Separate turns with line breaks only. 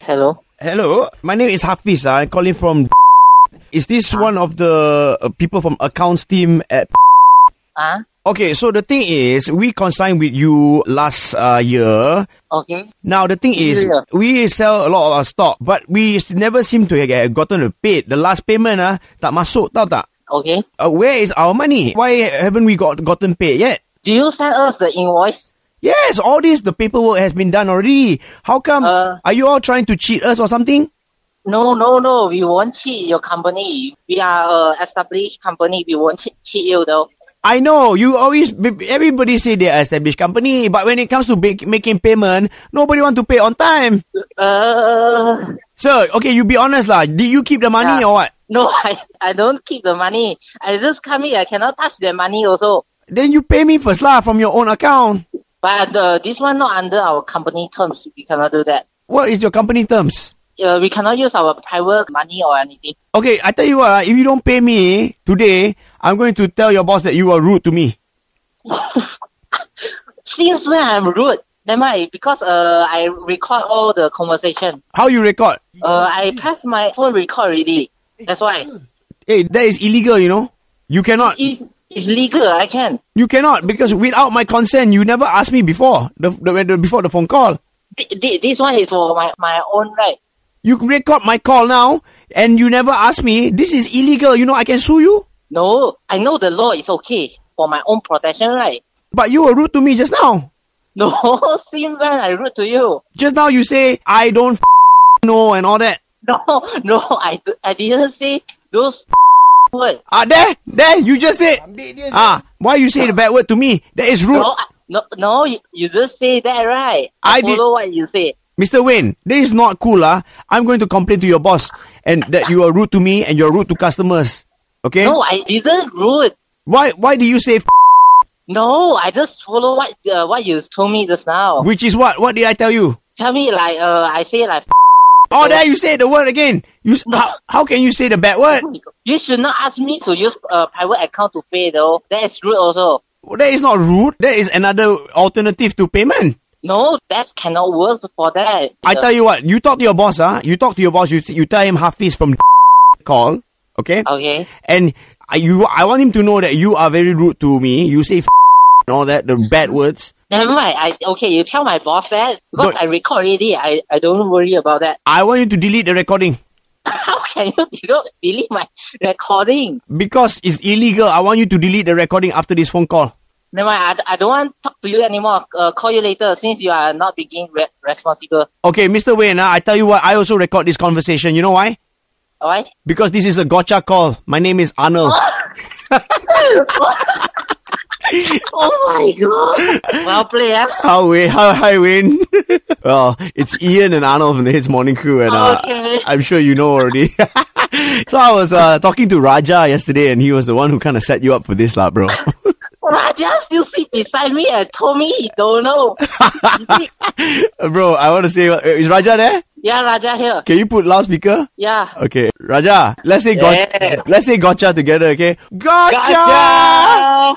Hello.
Hello, my name is Hafiz. ah. I'm calling from. Is this one of the uh, people from accounts team at?
Ah.
Okay, so the thing is, we consigned with you last uh, year.
Okay.
Now the thing is,
Yeah.
we sell a lot of our stock, but we s- never seem to have gotten a paid. The last payment ah tak masuk, tahu tak?
Okay.
Uh, where is our money? Why haven't we got gotten paid yet?
Do you send us the invoice?
Yes, all this the paperwork has been done already. How come?
Uh.
are you all trying to cheat us or something?
No, no, no. We won't cheat your company. We are a established company. We won't che- cheat you though.
I know you always everybody say they are established company, but when it comes to make, making payment, nobody want to pay on time.
Uh.
Sir, okay, you be honest lah. Did you keep the money
Yeah.
or what?
No, I, I don't keep the money. I just come here. I cannot touch the money also.
Then you pay me first lah from your own account.
But uh, this one not under our company terms. We cannot do that.
What is your company terms?
Uh, we cannot use our private money or anything.
Okay, I tell you what, ah, if you don't pay me today, I'm going to tell your boss that you are rude to me.
Since when I'm rude? Never mind. Because uh, I record all the conversation.
How you record?
Uh, I press my phone record already. That's why.
Hey, that is illegal, you know. You cannot,
It's, it's legal. I can.
you cannot because without my consent, you never asked me before the, the, the before the phone call.
Th- th- This one is for my, my own right.
You record my call now and you never ask me. This is illegal, you know. I can sue you.
No, I know the law is okay for my own protection, right?
But you were rude to me just now.
No, since when I rude to you?
Just now you say I don't f- know and all that.
No, no, I, d- I didn't say those words.
Ah, there, there. You just said. Ah, why you say the bad word to me? That is rude.
No, I- no, no you, you just say that, right?
I did-
follow what you say.
Mr. Wayne, this is not cool, ah. I'm going to complain to your boss and that you are rude to me and you're rude to customers. Okay?
No, I didn't rude.
Why why do you say f-
No, I just follow what uh, what you told me just now.
which is what? What did I tell you?
Tell me like uh, I say like
Oh, there you say the word again. You s- how, how can you say the bad word?
You should not ask me to use a private account to pay though. That is rude also.
That is not rude. That is another alternative to payment.
No, that cannot work for that. Uh,
I tell you what, you talk to your boss, ah. You talk to your boss. You you tell him Hafiz from call, okay?
Okay.
And I, you, I want him to know that you are very rude to me. You say f- and all that, the bad words.
Never mind. I okay, you tell my boss that because
Don't-
I record already, I, I don't worry about that.
I want you to delete the recording
How can you delete, delete my recording?
because it's illegal. I want you to delete the recording after this phone call.
Never mind, I, I don't want to talk to you anymore. Uh, call you later since you are not being re- responsible.
Okay, Mr. Wayne, ah, I tell you what, I also record this conversation. You know why?
Alright?
Because this is a gotcha call. My name is Arnold.
oh my god. Well played, huh?
How we how hi Wayne? well, it's Ian and Arnold from the Hits Morning Crew, and uh,
Okay.
I'm sure you know already. so I was uh, talking to Raja yesterday, and he was the one who kind of set you up for this, lah, bro. Uh,
Raja still sit beside me and told me he don't know.
bro, I want to say, uh, is Raja there?
yeah, Raja here.
Can you put loudspeaker?
Yeah.
Okay, Raja. Let's say go-
Yeah.
Let's say gotcha together. Okay, gotcha.
Gotcha!